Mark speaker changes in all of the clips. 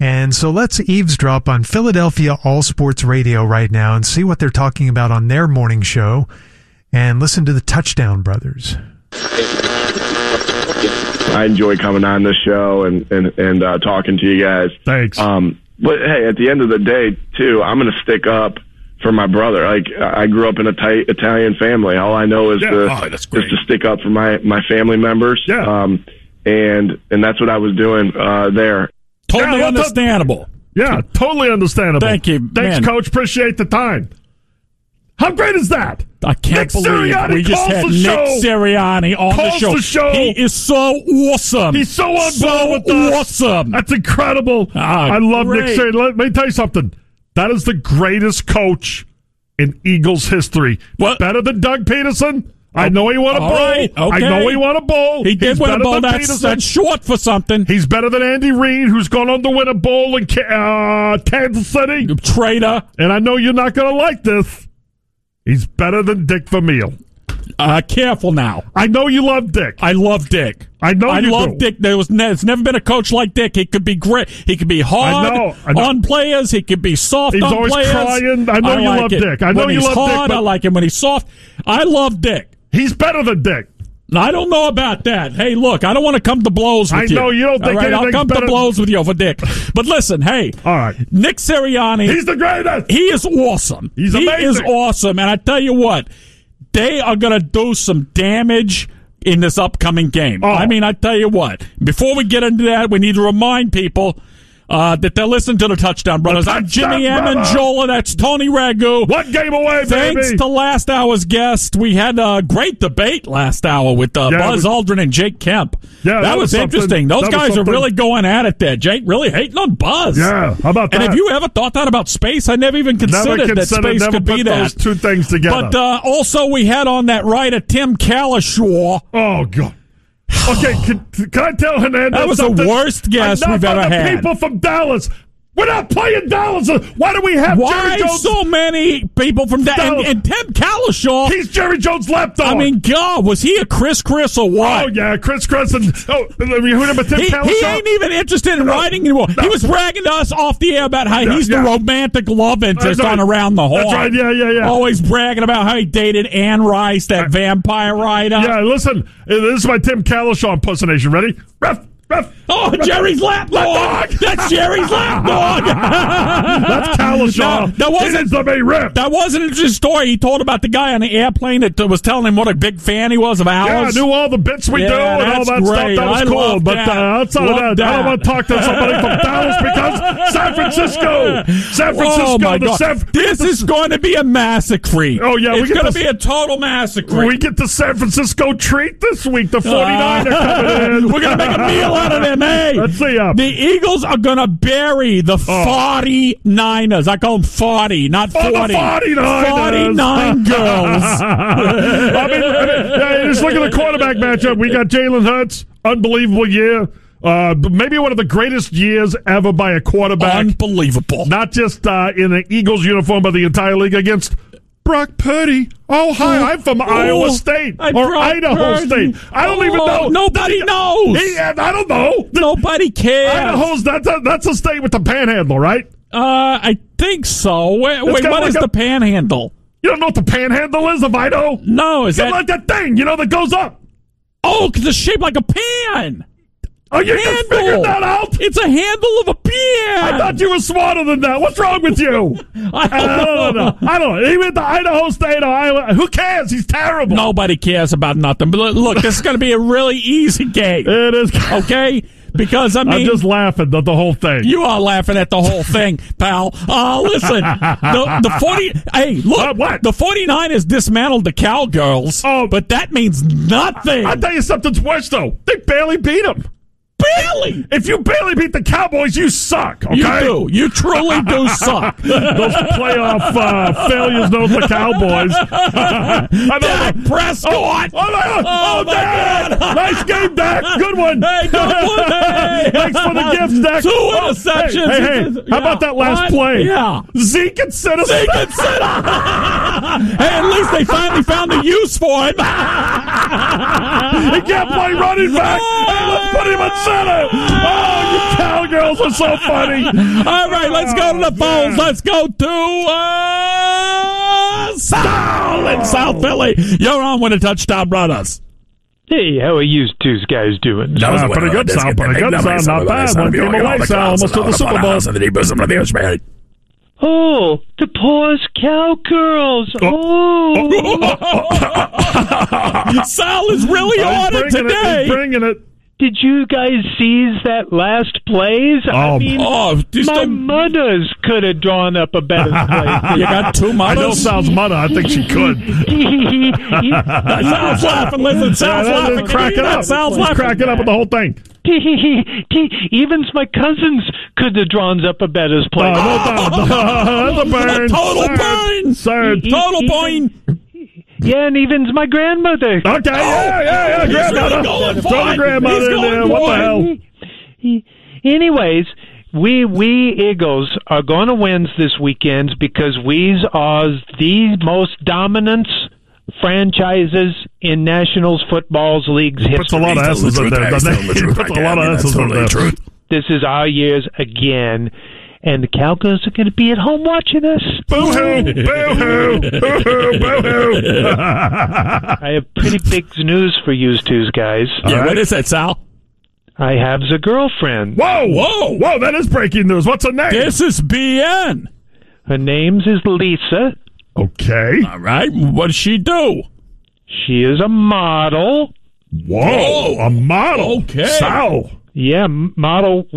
Speaker 1: And so let's eavesdrop on Philadelphia All Sports Radio right now and see what they're talking about on their morning show and listen to the Touchdown Brothers.
Speaker 2: I enjoy coming on this show and and and uh, talking to you guys.
Speaker 3: Thanks.
Speaker 2: Um, but hey, at the end of the day, too, I'm going to stick up for my brother. Like I grew up in a tight Italian family. All I know is
Speaker 3: Yeah,
Speaker 2: to
Speaker 3: oh, that's
Speaker 2: is
Speaker 3: great.
Speaker 2: to stick up for my my family members.
Speaker 3: Yeah.
Speaker 2: Um, and and that's what I was doing uh, there.
Speaker 4: Totally
Speaker 3: Yeah, what the-
Speaker 4: understandable.
Speaker 3: Yeah, totally understandable.
Speaker 4: Thank you,
Speaker 3: Thanks,
Speaker 4: man.
Speaker 3: Coach. Appreciate the time. How great is that?
Speaker 4: I can't
Speaker 3: Nick
Speaker 4: believe
Speaker 3: Sirianni
Speaker 4: we just
Speaker 3: calls
Speaker 4: had
Speaker 3: the
Speaker 4: Nick
Speaker 3: show.
Speaker 4: Sirianni on the
Speaker 3: Calls
Speaker 4: show.
Speaker 3: the show.
Speaker 4: He is so awesome.
Speaker 3: He's so on
Speaker 4: So
Speaker 3: board with us.
Speaker 4: awesome.
Speaker 3: That's incredible.
Speaker 4: Ah,
Speaker 3: I love Nick
Speaker 4: great.
Speaker 3: Saban. Let me tell you something. That is the greatest coach in Eagles history.
Speaker 4: What? Oh,
Speaker 3: Better than Doug Peterson. I know he won a
Speaker 4: all
Speaker 3: bowl.
Speaker 4: right,
Speaker 3: I
Speaker 4: okay.
Speaker 3: know he won a bowl.
Speaker 4: He did
Speaker 3: He's
Speaker 4: win a
Speaker 3: better
Speaker 4: bowl.
Speaker 3: than
Speaker 4: That's,
Speaker 3: Peterson.
Speaker 4: that's short for something.
Speaker 3: He's better than Andy Reid, who's gone on to win a bowl in Ca- uh, Kansas City.
Speaker 4: Traitor.
Speaker 3: And I know you're not going to like this. He's better than Dick Vermeil.
Speaker 4: Uh, careful now.
Speaker 3: I know you love Dick.
Speaker 4: I love Dick.
Speaker 3: I know
Speaker 4: I
Speaker 3: you
Speaker 4: love
Speaker 3: do.
Speaker 4: Dick. There was ne- there's never been a coach like Dick. He could be great. He could be hard
Speaker 3: I know, I know.
Speaker 4: on players. He could be soft
Speaker 3: He's
Speaker 4: on
Speaker 3: always
Speaker 4: players.
Speaker 3: crying. I know you
Speaker 4: like
Speaker 3: love
Speaker 4: it.
Speaker 3: Dick. I know
Speaker 4: when
Speaker 3: you
Speaker 4: he's
Speaker 3: love Dick,
Speaker 4: hard, I
Speaker 3: but-
Speaker 4: like him when he's soft. I love Dick.
Speaker 3: He's better than Dick.
Speaker 4: I don't know about that. Hey, look, I don't want to come to blows with
Speaker 3: I
Speaker 4: you.
Speaker 3: know you don't
Speaker 4: All
Speaker 3: think
Speaker 4: right, I'll
Speaker 3: anything's
Speaker 4: come
Speaker 3: better-
Speaker 4: to blows with you over Dick. But listen, hey,
Speaker 3: All right.
Speaker 4: Nick Sirianni,
Speaker 3: He's the greatest.
Speaker 4: he is awesome.
Speaker 3: He's
Speaker 4: he
Speaker 3: amazing.
Speaker 4: is awesome, and I tell you what, they are going to do some damage in this upcoming game.
Speaker 3: Oh.
Speaker 4: I mean, I tell you what. Before we get into that, we need to remind people. Uh, that they're listening to the Touchdown Brothers. I'm
Speaker 3: Touchdown
Speaker 4: Jimmy M. and
Speaker 3: Brothers.
Speaker 4: Jola. That's Tony Ragu.
Speaker 3: One game away,
Speaker 4: Thanks
Speaker 3: baby.
Speaker 4: to last hour's guest. We had a great debate last hour with uh,
Speaker 3: Yeah, it
Speaker 4: Buzz
Speaker 3: was-
Speaker 4: Aldrin and Jake Kemp.
Speaker 3: Yeah,
Speaker 4: that,
Speaker 3: that
Speaker 4: was,
Speaker 3: was something.
Speaker 4: interesting. Those
Speaker 3: That was
Speaker 4: guys are
Speaker 3: something.
Speaker 4: really going at it there. Jake really hating on Buzz.
Speaker 3: yeah. How about that?
Speaker 4: And have you ever thought that about space? I never even
Speaker 3: never
Speaker 4: considered, that
Speaker 3: considered,
Speaker 4: space
Speaker 3: never
Speaker 4: could
Speaker 3: put
Speaker 4: be
Speaker 3: those
Speaker 4: that.
Speaker 3: two things together.
Speaker 4: But uh, also, we had on that writer Tim Kalishaw.
Speaker 3: oh god. Okay, can, can I tell Hernandez
Speaker 4: That was the
Speaker 3: something?
Speaker 4: worst guess
Speaker 3: Enough
Speaker 4: we've
Speaker 3: of
Speaker 4: ever
Speaker 3: the
Speaker 4: had.
Speaker 3: People from Dallas. We're not playing Dallas. Why do we have
Speaker 4: Why
Speaker 3: Jerry Jones?
Speaker 4: so many people from that? And,
Speaker 3: Those-
Speaker 4: and Tim Kalishaw.
Speaker 3: He's Jerry Jones' lapdog.
Speaker 4: I mean, God, was he a Chris Chris or what?
Speaker 3: oh yeah, Chris Cresson. Oh, I mean, who number Tim
Speaker 4: He, he
Speaker 3: Kalishaw?
Speaker 4: ain't even interested in writing anymore. He
Speaker 3: no.
Speaker 4: was bragging to us off the air about how
Speaker 3: Yeah,
Speaker 4: he's the
Speaker 3: yeah.
Speaker 4: romantic love interest
Speaker 3: That's right.
Speaker 4: on Around the Horn.
Speaker 3: That's right, yeah, yeah, yeah.
Speaker 4: Always bragging about how he dated Anne Rice, that vampire writer.
Speaker 3: Yeah, listen. This is my Tim Kalishaw impersonation. Ready? Ref, ref.
Speaker 4: Oh, Jerry's lapdog! That's Jerry's lapdog!
Speaker 3: That's Kalishaw.
Speaker 4: No, that wasn't-
Speaker 3: He needs to be ripped.
Speaker 4: that was an interesting story he told about the guy on the airplane that was telling him what a big fan he was of
Speaker 3: Yeah, I
Speaker 4: ours.
Speaker 3: knew all the bits we
Speaker 4: Yeah,
Speaker 3: do and all
Speaker 4: that's
Speaker 3: that
Speaker 4: great.
Speaker 3: stuff. That was
Speaker 4: I
Speaker 3: cool.
Speaker 4: love
Speaker 3: But
Speaker 4: that.
Speaker 3: uh, outside
Speaker 4: Love
Speaker 3: of that, I
Speaker 4: that.
Speaker 3: don't want to talk to somebody from Dallas because San Francisco, San Francisco,
Speaker 4: oh my
Speaker 3: the
Speaker 4: God!
Speaker 3: San,
Speaker 4: this is going to be a massacre.
Speaker 3: Oh, yeah, we
Speaker 4: it's
Speaker 3: get
Speaker 4: going to
Speaker 3: this-
Speaker 4: be a total massacre.
Speaker 3: we get the San Francisco treat this week.
Speaker 4: Ah.
Speaker 3: The 49 are coming in.
Speaker 4: We're gonna make a meal out of them, hey!
Speaker 3: Uh, Let's see Oh. ya.
Speaker 4: The Eagles are gonna bury the 49ers. I call them 40, not 40.
Speaker 3: Oh, the 49ers.
Speaker 4: 49 girls.
Speaker 3: I mean, I mean, yeah, just look at the quarterback matchup. We got Jalen Hurts, unbelievable year. Uh, maybe one of the greatest years ever by a quarterback.
Speaker 4: Unbelievable.
Speaker 3: not just uh, in an Eagles uniform, but the entire league against Brock Purdy. Oh, hi,
Speaker 4: Oh,
Speaker 3: I'm from
Speaker 4: oh,
Speaker 3: Iowa State
Speaker 4: I
Speaker 3: or
Speaker 4: Brock
Speaker 3: Idaho
Speaker 4: Purdy.
Speaker 3: State. I don't even
Speaker 4: Oh,
Speaker 3: know.
Speaker 4: Nobody knows.
Speaker 3: He- I don't know.
Speaker 4: Nobody cares.
Speaker 3: Idaho's that's a, that's a state with the panhandle, right?
Speaker 4: Uh, I think so. Wait, wait
Speaker 3: kinda
Speaker 4: what
Speaker 3: like
Speaker 4: is
Speaker 3: a-
Speaker 4: the panhandle?
Speaker 3: You don't know what the panhandle is of Idaho?
Speaker 4: No, is
Speaker 3: It's
Speaker 4: that
Speaker 3: like that thing, you know, that goes up.
Speaker 4: oh, 'cause it's shaped like a pan.
Speaker 3: Oh, you just
Speaker 4: Handle.
Speaker 3: figured that out?
Speaker 4: It's a handle of a pan.
Speaker 3: I thought you were smarter than that. What's wrong with you?
Speaker 4: I don't
Speaker 3: I don't know. I don't know. Even the Idaho State or Iowa, who cares? He's terrible.
Speaker 4: Nobody cares about nothing. But look, this is going to be a really easy game,
Speaker 3: It is.
Speaker 4: okay? Because I
Speaker 3: I'm
Speaker 4: mean,
Speaker 3: just laughing at the whole thing.
Speaker 4: you are laughing at the whole thing, pal. Uh, listen, the, the 40 Hey, look,
Speaker 3: What, what?
Speaker 4: the 49ers dismantled the Cowgirls.
Speaker 3: Oh.
Speaker 4: but that means nothing.
Speaker 3: I'll tell you something's worse though. They barely beat them.
Speaker 4: barely.
Speaker 3: If you barely beat the Cowboys, you suck. Okay.
Speaker 4: You do. You truly do suck.
Speaker 3: Those playoff uh, failures known the Cowboys. I know.
Speaker 4: Dak Prescott.
Speaker 3: Oh, my God.
Speaker 4: Oh,
Speaker 3: Oh,
Speaker 4: my
Speaker 3: Dak.
Speaker 4: God.
Speaker 3: Nice game, Dak. Good one.
Speaker 4: Hey, good one. Hey.
Speaker 3: Thanks for the gift, Dak.
Speaker 4: Two
Speaker 3: Oh,
Speaker 4: interceptions.
Speaker 3: Hey, hey, hey.
Speaker 4: Yeah.
Speaker 3: how about that last
Speaker 4: What?
Speaker 3: play?
Speaker 4: Yeah.
Speaker 3: Zeke and Sitter.
Speaker 4: Zeke and Sid- hey, at least they finally found a use for him.
Speaker 3: He can't play running back. Hey, let's put him on it! Oh, you cowgirls are so funny.
Speaker 4: All right, let's go to the phones. Let's go to uh, Sal in South Philly. You're on with a touchdown, brothers.
Speaker 5: Hey, how are you two guys doing?
Speaker 6: That
Speaker 3: Ah,
Speaker 6: was the winner
Speaker 3: pretty
Speaker 6: of
Speaker 3: good
Speaker 6: the
Speaker 3: sound,
Speaker 6: disc.
Speaker 3: pretty
Speaker 6: Big
Speaker 3: good
Speaker 6: numbers
Speaker 3: sound,
Speaker 6: on
Speaker 3: not
Speaker 6: the
Speaker 3: bad.
Speaker 6: last
Speaker 3: One
Speaker 6: time.
Speaker 3: game
Speaker 6: Beyond
Speaker 3: away,
Speaker 6: all the
Speaker 3: Sal,
Speaker 6: clouds
Speaker 3: almost
Speaker 6: and
Speaker 3: to the
Speaker 6: all
Speaker 3: Super
Speaker 6: fun
Speaker 3: Bowl.
Speaker 6: house and the deep bosom of the earth, man.
Speaker 5: Oh, the paws cowgirls. Oh,
Speaker 4: Sal is really on it
Speaker 3: He's bringing
Speaker 4: today.
Speaker 3: It, he's bringing it.
Speaker 5: did you guys seize that last plays? I
Speaker 3: Oh,
Speaker 5: mean,
Speaker 4: oh, you,
Speaker 5: my
Speaker 4: still,
Speaker 5: mothers could have drawn up a better
Speaker 4: you
Speaker 5: play.
Speaker 4: got two
Speaker 3: I know
Speaker 4: mothers?
Speaker 3: Sal's mother. I think she could.
Speaker 4: Sal's laughing. Listen, Sal's
Speaker 3: Yeah,
Speaker 4: laughing.
Speaker 3: they're
Speaker 4: Can you
Speaker 3: cracking
Speaker 4: hear that?
Speaker 3: up.
Speaker 4: Sal's
Speaker 3: He's
Speaker 4: laughing.
Speaker 3: cracking up at the whole thing.
Speaker 5: Evens my cousins could have drawn up a better play.
Speaker 3: Oh, no doubt. That's a burn.
Speaker 4: Total burn.
Speaker 3: Third.
Speaker 5: He-
Speaker 4: Total point.
Speaker 5: Yeah, and evens my grandmother.
Speaker 3: Okay, yeah,
Speaker 4: Oh,
Speaker 3: yeah, yeah.
Speaker 4: He's
Speaker 3: Grandmother.
Speaker 4: really going
Speaker 3: Throw
Speaker 4: for
Speaker 3: the
Speaker 4: it.
Speaker 3: grandmother
Speaker 4: He's
Speaker 3: in
Speaker 4: going
Speaker 3: there. What
Speaker 4: for
Speaker 3: the
Speaker 4: it.
Speaker 3: hell?
Speaker 5: Anyways, we we Eagles are going to win this weekend because we are the most dominant franchises in Nationals football's league's
Speaker 3: Puts a
Speaker 5: history.
Speaker 3: lot of S's
Speaker 6: He's
Speaker 3: in
Speaker 6: telling the
Speaker 3: there,
Speaker 6: truth. He's
Speaker 3: doesn't
Speaker 6: telling
Speaker 3: he?
Speaker 6: the
Speaker 3: He
Speaker 6: truth
Speaker 3: Puts a
Speaker 6: right
Speaker 3: lot
Speaker 6: now.
Speaker 3: of
Speaker 6: That's
Speaker 3: S's in
Speaker 6: totally
Speaker 3: there.
Speaker 6: truth.
Speaker 5: This is our years again, and the Cowgirls are going to be at home watching us.
Speaker 3: Boo hoo, boo hoo, boo hoo, boo hoo.
Speaker 5: I have pretty big news for you twos guys.
Speaker 4: Yeah,
Speaker 3: right.
Speaker 4: what is that, Sal? Oh,
Speaker 5: I have a girlfriend.
Speaker 3: Whoa, whoa, whoa, that is breaking news. What's her name?
Speaker 4: This is BN.
Speaker 5: Her name's is Lisa.
Speaker 3: Okay.
Speaker 4: All right. What does she do?
Speaker 5: She is a model.
Speaker 3: Whoa, a model.
Speaker 4: Okay.
Speaker 3: Sal.
Speaker 5: Yeah, m- model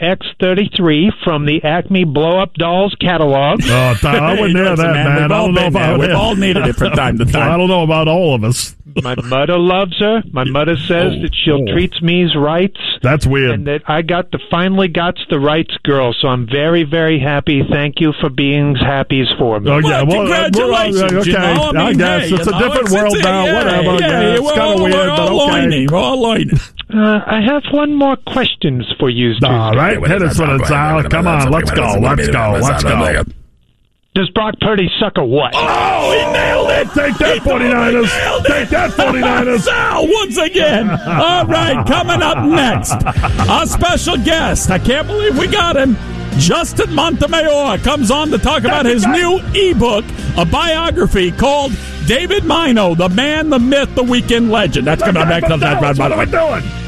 Speaker 5: 105X33 from the Acme Blow Up Dolls catalog.
Speaker 3: Oh, th- I
Speaker 4: Hey,
Speaker 3: wouldn't hear
Speaker 4: listen,
Speaker 3: that, man.
Speaker 4: We've
Speaker 3: I
Speaker 4: all
Speaker 3: don't know
Speaker 4: been
Speaker 3: if I
Speaker 4: there.
Speaker 3: would
Speaker 4: We've
Speaker 3: hear-
Speaker 4: all needed it from time to
Speaker 3: I
Speaker 4: time.
Speaker 3: don't know about all of us.
Speaker 5: My mother loves her. My mother says that she'll
Speaker 3: oh.
Speaker 5: treats me's rights.
Speaker 3: That's
Speaker 5: And
Speaker 3: weird.
Speaker 4: uh,
Speaker 5: that I got the finally got the rights girl, so I'm very very happy. Thank you for being happy for me.
Speaker 3: Oh, yeah.
Speaker 4: Well,
Speaker 3: Well, uh, we're all-
Speaker 4: congratulations.
Speaker 3: okay.
Speaker 4: you know, I, mean,
Speaker 3: guess
Speaker 4: hey,
Speaker 3: it's
Speaker 4: you
Speaker 3: a
Speaker 4: know,
Speaker 3: different
Speaker 4: it's-
Speaker 3: world
Speaker 4: it's-
Speaker 3: now.
Speaker 4: yeah,
Speaker 3: Whatever.
Speaker 4: Yeah,
Speaker 3: yeah, it's
Speaker 4: we're
Speaker 3: kind
Speaker 4: all,
Speaker 3: of weird,
Speaker 4: we're
Speaker 3: but
Speaker 4: all
Speaker 3: okay.
Speaker 4: learning. We're all learning.
Speaker 5: Uh, I have one more question for you. Stu.
Speaker 3: All right,
Speaker 6: Wait,
Speaker 3: hit
Speaker 6: wait,
Speaker 3: us with
Speaker 6: wait,
Speaker 3: it, Sal.
Speaker 6: wait,
Speaker 3: Come
Speaker 6: wait,
Speaker 3: on,
Speaker 6: wait,
Speaker 3: let's
Speaker 6: wait,
Speaker 3: go,
Speaker 6: wait,
Speaker 3: let's
Speaker 6: wait,
Speaker 3: go,
Speaker 6: wait,
Speaker 3: let's
Speaker 6: wait, wait,
Speaker 3: go.
Speaker 6: wait.
Speaker 5: Does Brock Purdy suck or what?
Speaker 3: Oh, he nailed it. Take that, 49ers. Take that, 49ers.
Speaker 4: Sal, once again. All right, coming up next, our special guest. I can't believe we got him. Justin Montemayor comes on to talk about his new ebook, a biography called David Mino, the man, the myth, the weekend legend. That's coming up next on that round, by the way.
Speaker 3: What are we doing?